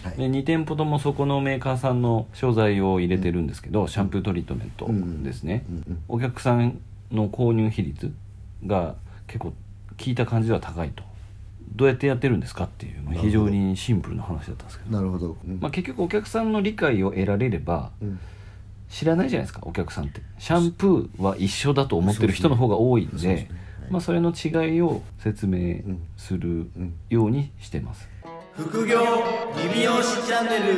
はいで2店舗ともそこのメーカーさんの商材を入れてるんですけど、シャンプートリートメントですね、うんうんお客さんの購入比率が結構聞いた感じでは高いとどうやってやってるんですかっていう、まあなるほど非常にシンプルな話だったんですけどなるほど、うんまあ、結局お客さんの理解を得られればうん知らないじゃないですかお客さんってシャンプーは一緒だと思ってる人の方が多いんでそうですねはいまあ、それの違いを説明するうんようにしてます、副業リビオシチャンネル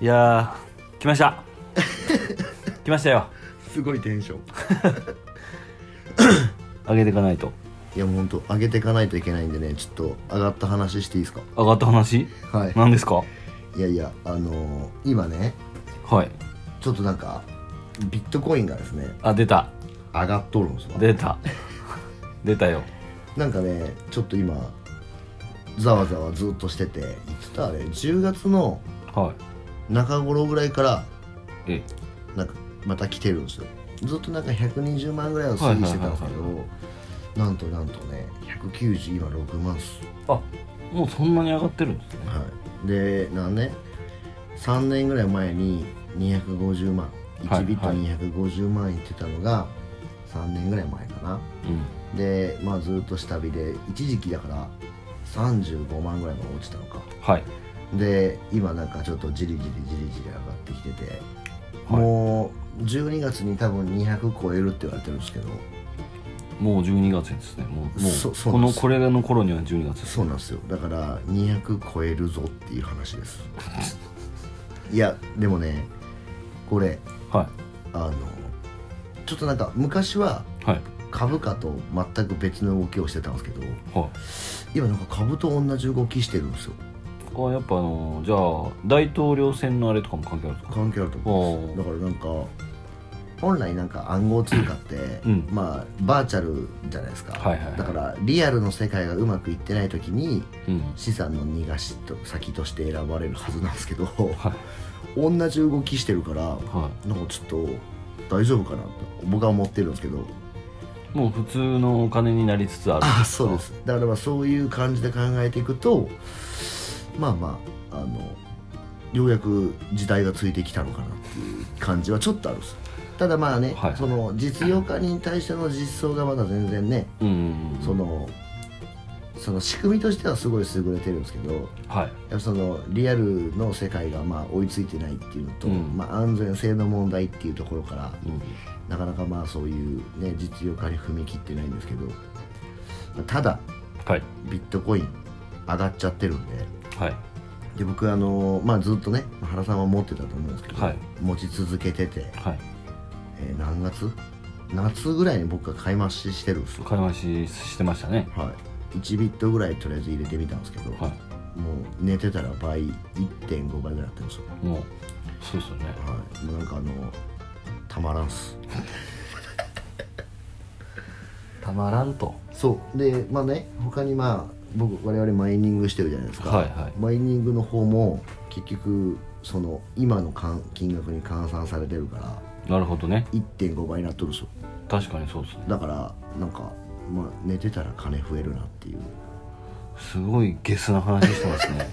いやー来ました 来ましたよすごいテンション上げていかないといやもうほんと上げていかないといけないんでねちょっと上がった話していいですか上がった話はい何ですかいやいやあのー今ねはいちょっとなんかビットコインがですねあ出た上がっとるんですわ出た出たよなんかねちょっと今ざわざわずっとしてて言ってたあれ10月のは中頃ぐらいからいえなんかまた来てるんですよずっとなんか120万ぐらいを推移してたんですけど、はいはなんとなんとね190今6万っすあもうそんなに上がってるんですねはいでなんね3年ぐらい前に250万はい1ビットはい250万いってたのが3年ぐらい前かなうんでまあずっと下火で一時期だから35万ぐらいまで落ちたのかはいで今なんかちょっとじりじりじりじり上がってきてて、はいもう12月に多分200超えるって言われてるんですけどもう12月ですねもうもそうそうこなんのですこれの頃には12月ですそうなんですよだから200超えるぞっていう話です いやでもねこれはあのちょっとなんか昔はいはい株価と全く別の動きをしてたんですけどはい今なんか株と同じ動きしてるんですよあやっぱあのじゃあ大統領選のあれとかも関係あるとか関係あると思うんですだからなんか本来なんか暗号通貨って、うんまあバーチャルじゃないですか、はいはいはいだからリアルの世界がうまくいってない時にうん資産の逃がしと先として選ばれるはずなんですけどはい同じ動きしてるからはなんかちょっと大丈夫かなと僕は思ってるんですけどいもう普通のお金になりつつあるあそうですだからまあそういう感じで考えていくとまあまああのようやく時代がついてきたのかなっていう感じはちょっとあるんですただまあね、はいその実用化に対しての実装がまだ全然ねうんうんうんそのその仕組みとしてはすごい優れてるんですけどやっはいぱそのリアルの世界がまあ追いついてないっていうのと、うんまあ、安全性の問題っていうところからうんなかなかまあそういう、ね、実用化に踏み切ってないんですけどただはいビットコイン上がっちゃってるんではいで僕あのまあずっとね原さんは持ってたと思うんですけど、はい持ち続けてて、はいえー何月夏ぐらいに僕が買い増ししてるんですよ買い増ししてましたねはい1ビットぐらいとりあえず入れてみたんですけど、はもう寝てたら倍1.5倍ぐらいなってるんですよいもうそうですよねはいもうなんかあのたまらんっす たまらんとそうでまあね他にまあ僕我々マイニングしてるじゃないですか、はいはいマイニングの方も結局その今のかん金額に換算されてるからなるほどね1.5倍になっとるんですよ確かにそうですねだからなんか、まあ、寝てたら金増えるなっていうすごいゲスな話してます ね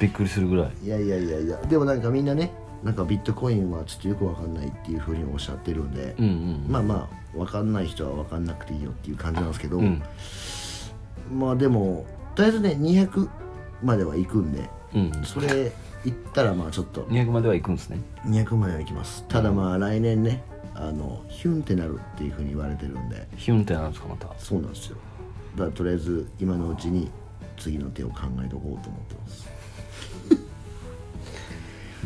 びっくりするぐらいいやいやいやいやでもなんかみんなねなんかビットコインはちょっとよくわかんないっていうふうにおっしゃってるんで、うんうんまあまあわかんない人はわかんなくていいよっていう感じなんですけど、うんまあでもとりあえずね200までは行くんでうんそれ行ったらまあちょっと200までは行くんですね200万円は行きますただまあ来年ねあのヒュンってなるっていうふうに言われてるんでヒュンってなんですかまたそうなんですよだからとりあえず今のうちに次の手を考えておこうと思ってます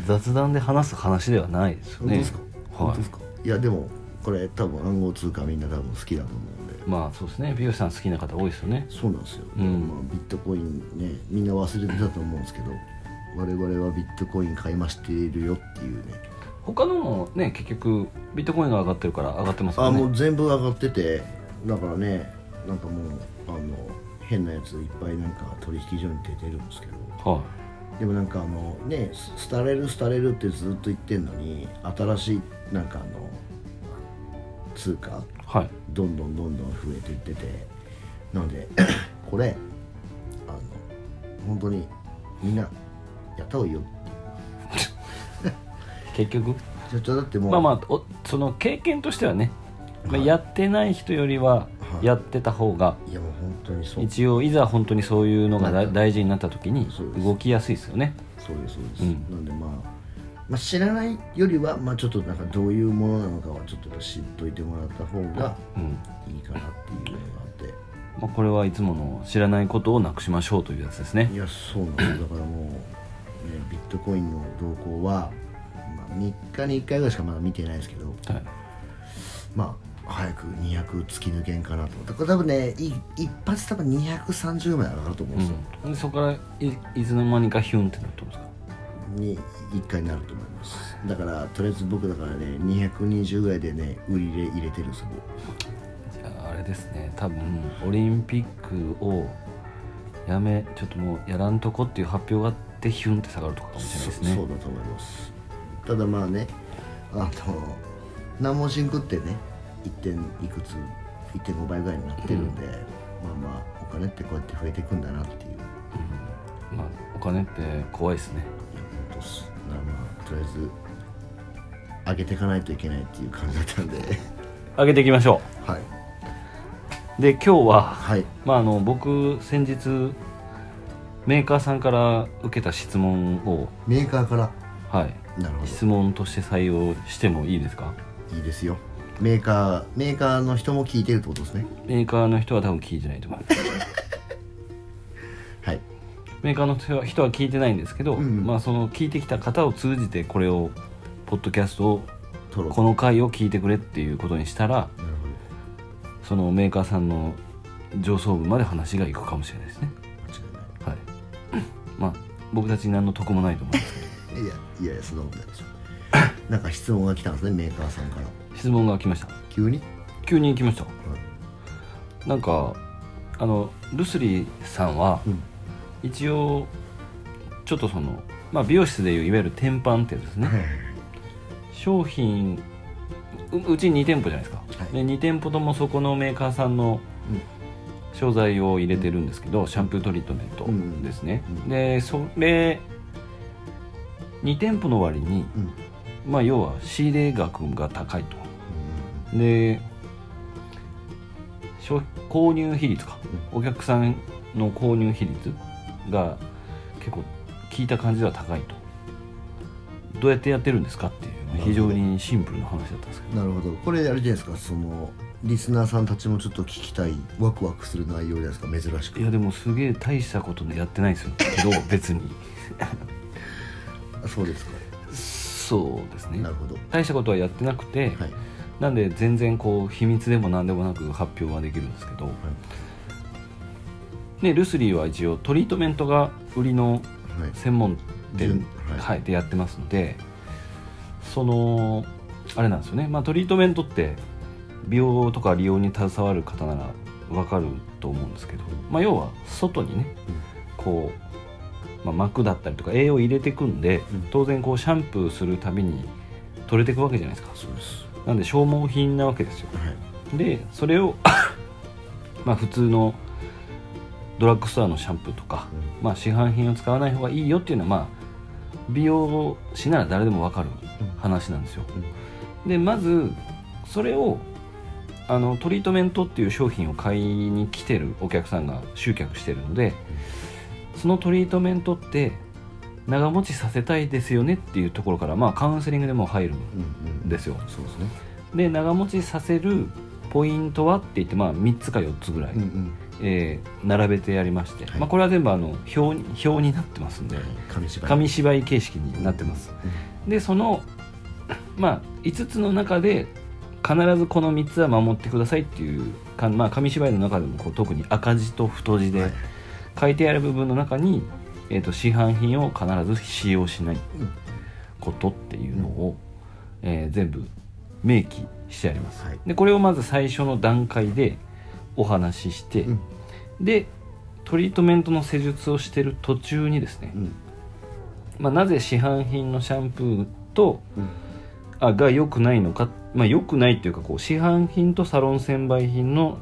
雑談で話す話ではないですよね本は当ですかいやでもこれ多分暗号通貨みんな多分好きだと思うんでいまあそうですね美容師さん好きな方多いですよねそうなんですよ、うんまあ、ビットコインねみんな忘れてたと思うんですけど我々はビットコイン買い増しているよっていうね他のもね結局ビットコインが上がってるから上がってますかあらねもう全部上がっててだからねなんかもうあの変なやついっぱいなんか取引所に出てるんですけどはでもなんかあのねす廃れる廃れるってずっと言ってんのに新しいなんかあの通貨いはいどんどんどんどん増えていっててなので これあの本当にみんなやった方がいいよ結局じゃじゃあだってもう、まあまあおその経験としてはね、まあ、はいやってない人よりははいやってた方がいやもう本当にそう一応いざ本当にそういうのがだなんか大事になった時にそうです動きやすいですよねそうですそうです、うんなんでまあ、まあ知らないよりは、まあ、ちょっとなんかどういうものなのかはちょっと知っといてもらったう方がんいいかなっていうのがあって。まあ、これはいつもの知らないことをなくしましょうというやつですねいやそうなんですだからもう、ね、ビットコインの動向は、まあ、3日に1回ぐらいしかまだ見てないですけどはいまあ早く200突き抜けんかなとだから多分ねい一発多分230まで上がると思うんですよ、うん、でそこからいいつの間にかヒュンってなってますかに1回になると思いますだからとりあえず僕だからね220ぐらいでね売り入れ入れてるんですよいやあれですね多分オリンピックをやめちょっともうやらんとこっていう発表があってヒュンって下がるとかかもしれないそですねそうだと思いますただまあねあの難問ンクってね1点いくつ1.5倍ぐらいになってるんで、まあまあお金ってこうやって増えていくんだなっていういやうんまあ、お金って怖いですね本当っすなまあとりあえず上げていかないといけないっていう感じだったんで上げていきましょ はいうで今日は、はいまあ、あの僕先日メーカーさんから受けた質問を、メーカーからはい、なるほ質問として採用してもいいですかどいいですよメーカーメーカーの人も聞いてるってことですねメーカーの人は多分聞いてないと思います はいメーカーの人は人は聞いてないんですけど、うんまあ、その聞いてきた方を通じてこれをポッドキャストを取ろうこの回を聞いてくれっていうことにしたらなるほそのメーカーさんの上層部まで話がいくかもしれないですねど間違いないはいまあ僕たちに何の得もないと思いますいやいやいやそんなことないでしょ なんか質問が来たんですねメーカーさんから質問が来ました急に、急に来ましたなんかあのルスリーさんはうん一応ちょっとその、まあ、美容室でいういわゆる天板ってやつですね、はい商品ううち2店舗じゃないですか、はいで2店舗ともそこのメーカーさんのうん商材を入れてるんですけど、シャンプートリートメントですね、うんうんでそれ2店舗の割に、うんまあ、要は仕入れ額が高いとで商購入比率か、お客さんの購入比率が結構聞いた感じでは高いとどうやってやってるんですかっていうまあなるほど非常にシンプルな話だったんですけどなるほどこれあれじゃないですかそのリスナーさんたちもちょっと聞きたいワクワクする内容じゃないですか珍しいやくでもすげえ大したことでやってないんですよ けど別にあそうですかそうですねなるほどは大したことはやってなくて、いなんで全然こう秘密でも何でもなく発表はできるんですけど、ね、ルスリーは一応トリートメントが売りのはい専門店、はいはいでやってますのでそのあれなんですよね、まあ、トリートメントって美容とか利用に携わる方なら分かると思うんですけど、まあ、要は外にねうんこう、まあ、膜だったりとか栄養を入れていくんで、うん当然こうシャンプーするたびに取れていくわけじゃないですかそうですなんで消耗品なわけですよはいでそれを まあ普通のドラッグストアのシャンプーとか、まあ、市販品を使わない方がいいよっていうのは、まあ、美容師なら誰でも分かる話なんですよ、でまずそれをあのトリートメントっていう商品を買いに来てるお客さんが集客してるのでそのトリートメントって長持ちさせたいですよねっていうところから、まあ、カウンセリングでもう入るんうんうんうんですよそうですねで長持ちさせるポイントはって言って、まあ、3つか4つぐらい、うんうんえー並べてやりまして、はいまあ、これは全部あの表に表になってますんで、はい紙芝居紙芝居形式になってます、でそのまあ5つの中で必ずこの3つは守ってくださいっていうか、まあ、紙芝居の中でもこう特に赤字と太字はでい書いてある部分の中に、えー、と市販品を必ず使用しないうんことっていうのを、えー全部明記してあります、はいでこれをまず最初の段階でお話しして、うんでトリートメントの施術をしてる途中にですね、うんまあ、なぜ市販品のシャンプーとうんあが良くないのかっまあ、良くないっていうかこう市販品とサロン専売品の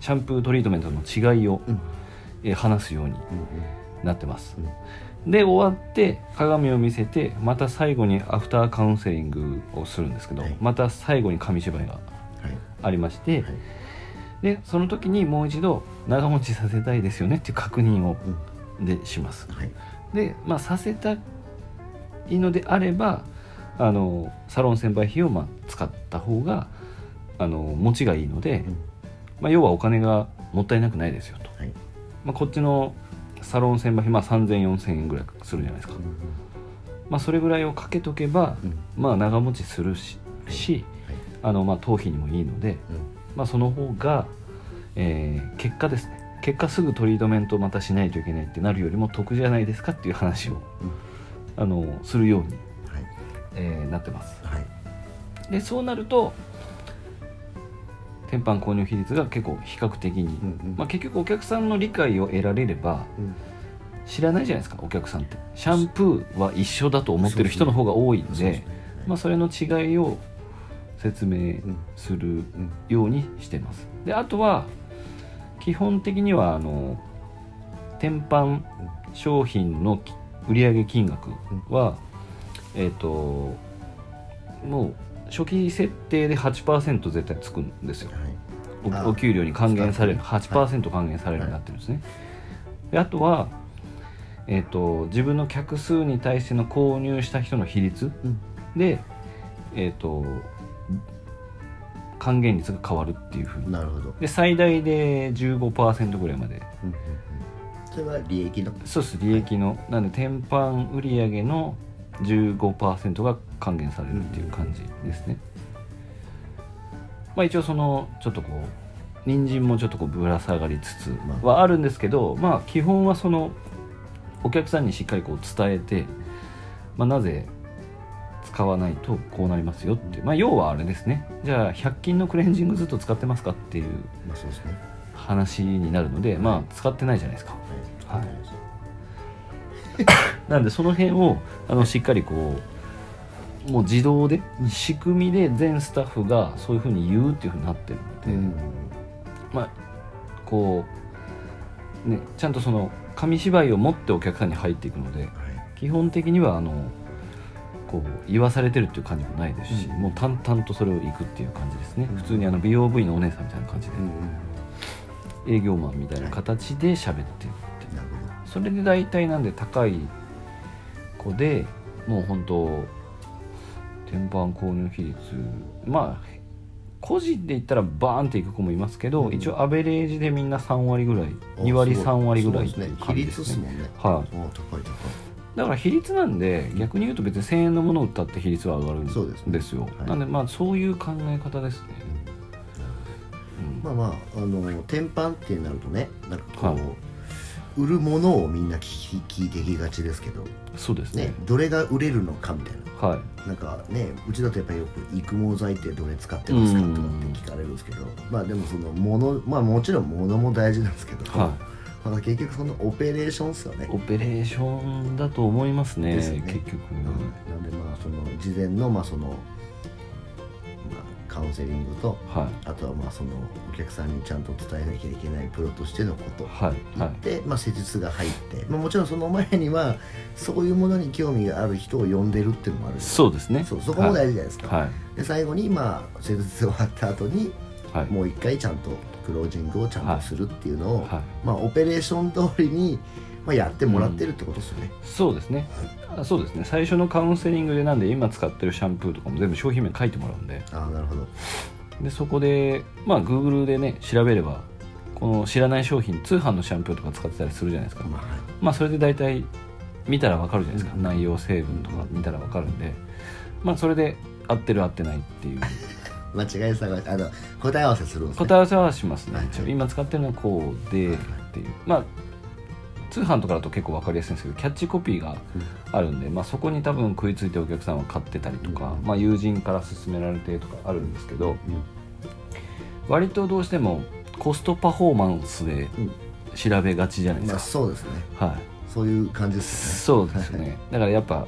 シャンプートリートメントの違いを、うんえー話すようにうんなってますう、んで終わって鏡を見せてまた最後にアフターカウンセリングをするんですけど、はいまた最後に紙芝居がはいありまして、はいでその時にもう一度長持ちさせたいですよねっていう確認をうんでしますはいで、まあ、させたいのであればあのサロン専売費をまあ使った方があの持ちがいいので、うんまあ、要はお金がもったいなくないですよと、はいまあ、こっちのサロン専売費、まあ、30004000円ぐらいするじゃないですか、まあ、それぐらいをかけとけば、うんまあ、長持ちするし,し、はいあのまあ、頭皮にもいいので、うまあ、その方が、えー結果ですね結果すぐトリートメントをまたしないといけないってなるよりも得じゃないですかっていう話を、あのするように、はいえーなってますはいでそうなると天板購入比率が結構比較的に、うんうんまあ、結局お客さんの理解を得られればうん知らないじゃないですかお客さんってシャンプーは一緒だと思ってる人の方が多いんでそうですねはいまあ、それの違いを説明するうんようにしてますであとは基本的にはあの天板商品のき売上金額は、えっ、ともう初期設定で8%絶対つくんですよはいおあお給料に還元される使ってね8%還元されるようになってるんですね、であとは、えー、と自分の客数に対しての購入した人の比率うんで、えー、と還元率が変わるっていうふうになるほどで最大で15%ぐらいまでうんうんうんそれは利益のそうです利益のなんで天板売上の15%が還元されるっていう感じですね、まあ一応そのちょっとこう人参もちょっとこうぶら下がりつつまあはあるんですけどまあ基本はそのお客さんにしっかりこう伝えて、まあ、なぜ使わないとこうなりますよっていうまあ要はあれですねじゃあ100均のクレンジングずっと使ってますかっていうまあそうですね話になるのでまあ使ってないじゃないですかはいはいなんでその辺をあのしっかりこうもう自動で仕組みで全スタッフがそういうふうに言うっていうふうになってるので、うんまあこうねちゃんとその紙芝居を持ってお客さんに入っていくのではい基本的にはあのこう言わされてるっていう感じもないですし、うんもう淡々とそれをいくっていう感じですね、うん普通にあの美容部員のお姉さんみたいな感じでうんうん営業マンみたいな形で喋ってるっていうなるそれで大体なんで高い子でもう本当天板購入比率まあ個人で言ったらバーンっていく子もいますけど、うん一応アベレージでみんな3割ぐらいほど2割あすごい3割ぐらいそうですねってい比う感率っじですすねもんねはおー高い高いだから比率なんで逆に言うと別に1000円のものを売ったって比率は上がるんですそようですねはいなんでまあそういう考え方ですね、うんまあまああの天板ってなるとねなんかこはう、い売るものをみんな聞き聞いてきがちですけど、そうですねね、どれが売れるのかみたいなはいなんかねうちだとやっぱりよく育毛剤ってどれ使ってますかうんとかって聞かれるんですけどまあでもそのものまあもちろんものも大事なんですけど、はまあ結局そのオペレーションっすよねい、オペレーションだと思いますねですね結局、うんなんでまあその事前のまあその、まあ、カウンセリングとはいあとはまあそのお客さんにちゃんと伝えなきゃいけないプロとしてのことはい言はっいて、まあ、施術が入って、まあ、もちろんその前にはそういうものに興味がある人を呼んでるっていうのもあるしそうですねそうそこも大事じゃないですか、はいで最後にまあ施術終わった後にはいもう一回ちゃんとクロージングをちゃんとするっていうのを、はいまあ、オペレーション通りに、まあ、やってもらってるってことですよね、そうですねあそうですね最初のカウンセリングでなんで今使ってるシャンプーとかも全部商品名書いてもらうんでああなるほどでそこでまあ Google でね調べればこの知らない商品通販のシャンプーとか使ってたりするじゃないですかまあはいまあそれで大体見たらわかるじゃないですか、うん内容成分とか見たらわかるんでまあそれで合ってる合ってないっていう間違い探しあの答え合わせするんです、ね、答え合わせはしますねはい一応今使ってるのはこうでっていうまあ通販とかだと結構分かりやすいんですけどキャッチコピーがあるんで、まあ、そこに多分食いついてお客さんは買ってたりとか、うんまあ、友人から勧められてとかあるんですけどうん割とどうしてもコストパフォーマンスで調べがちじゃないでまあすそうですねか、はいそういう感じですよねそうですねだからやっぱ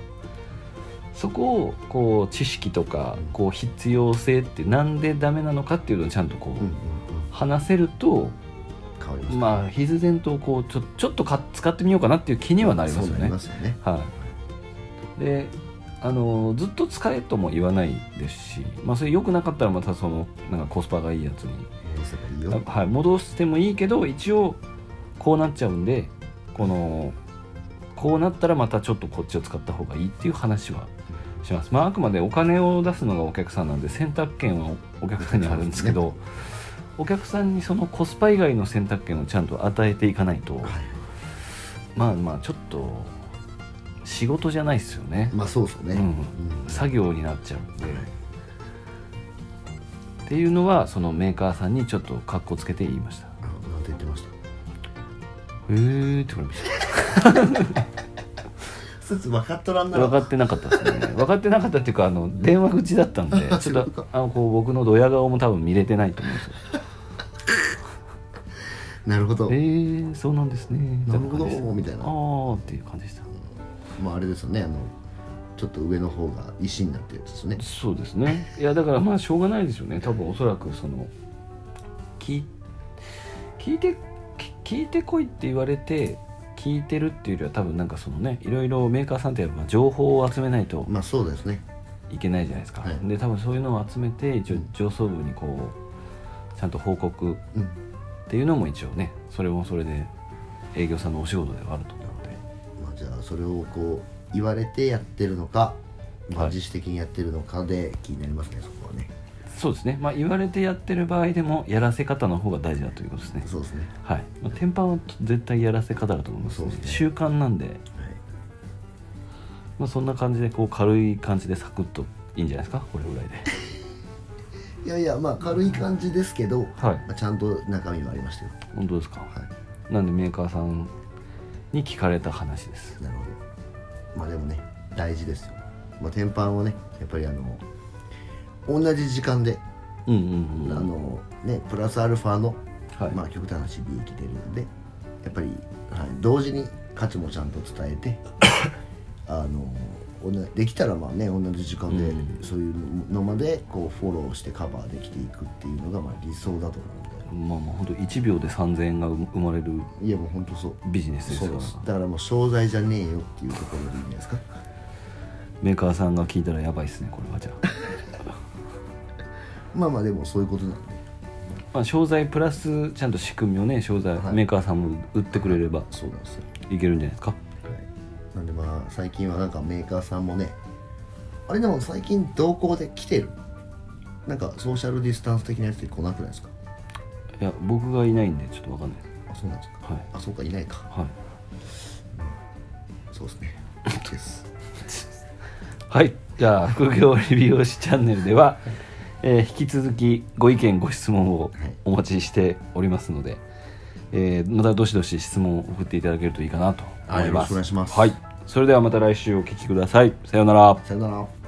そこをこう知識とかこう必要性ってなんでダメなのかっていうのをちゃんとこうんうんう話せると、変わりますねまあ必然とこうちょちょっとか使ってみようかなっていう気にはなりますそようなねりま。すよねはい、であのずっと使えとも言わないですし、まあ、それ良くなかったらまたそのなんかコスパがいいやつに、戻せばいいよはい、戻してもいいけど一応こうなっちゃうんでこのこうなったらまたちょっとこっちを使った方がいいっていう話はします、まあ、あくまでお金を出すのがお客さんなんで選択権はお客さんにあるんですけどお客さんにそのコスパ以外の選択権をちゃんと与えていかないと。はいまあまあちょっと仕事じゃないですよね、まあそうそうね、うんうん作業になっちゃうんで、はいっていうのはそのメーカーさんにちょっと格好つけて言いましたへあなんて言ってましたえーって言われましスーツ分かっとらんた な分かってなかったです ね分かってなかったっていうかあの電話口だったんであちそうょいっうこととあのこう僕のドヤ顔も多分見れてないと思うんですよなるほどえー、そうなんですねなるほっどて感じでしたみたいなああっていう感じでしたまああれですよねあのちょっと上の方が石になってるやつですねそうですねいやだからまあしょうがないですよね多分おそらくその聞い聞いてき聞いてこいって言われて聞いてるっていうよりは多分なんかそのねいろいろメーカーさんってやっぱ情報を集めないとまあそうですねいけないじゃないですか、はいで多分そういうのを集めて一応上層部にこうちゃんと報告っうんていうのも一応ねそれもそれで営業さんのお仕事ではあると思うのでまあじゃあそれをこう言われてやってるのか、まあ、はい自主的にやってるのかで気になりますねそこはねそうですねまあ言われてやってる場合でもやらせ方の方が大事だということですねそうですねはい、まあ、天板は絶対やらせ方だと思います,、そうですね習慣なんで、はいまあ、そんな感じでこう軽い感じでサクッといいんじゃないですかこれぐらい でいやいやまあ軽い感じですけど、はいまあ、ちゃんと中身はありましたよ本当ですか、はいなんでメーカーさんに聞かれた話ですなるほどまあでもね大事ですよまあ天板をねやっぱりあの同じ時間で、うんうんうんあのねプラスアルファの、はいまあ極端な話利益出るんでやっぱり、はい、同時に価値もちゃんと伝 えてあのおなできたらまあね同じ時間で、うそういうのまでこうフォローしてカバーできていくっていうのがまあ理想だと思うんでまあまあ本当1秒で3000円が生生まれるいやもう本当そうビジネスですそようですだからもう商材じゃねえよっていうところでいいんじゃないですかメーカーさんが聞いたらやばいですねこれはじゃあ まあまあでもそういうことなんでまあ商材プラスちゃんと仕組みをね商材、はいメーカーさんも売ってくれればそうなんですよ、いけるんじゃないですかはい、なんでまあ最近はなんかメーカーさんもねあれでも最近同行で来てるなんかソーシャルディスタンス的なやつで来なくないですかいや僕がいないんでちょっと分かんないですあそうなんですはかいあそうかいないかはいそう ですねですはい、じゃあ副業レビューしチャンネルでは、えー引き続きご意見ご質問をはいお待ちしておりますので、えーまたどしどし質問を送っていただけるといいかなと思います。はいよろしくお願いしますはい、それではまた来週お聞きください。さようなら。さよなら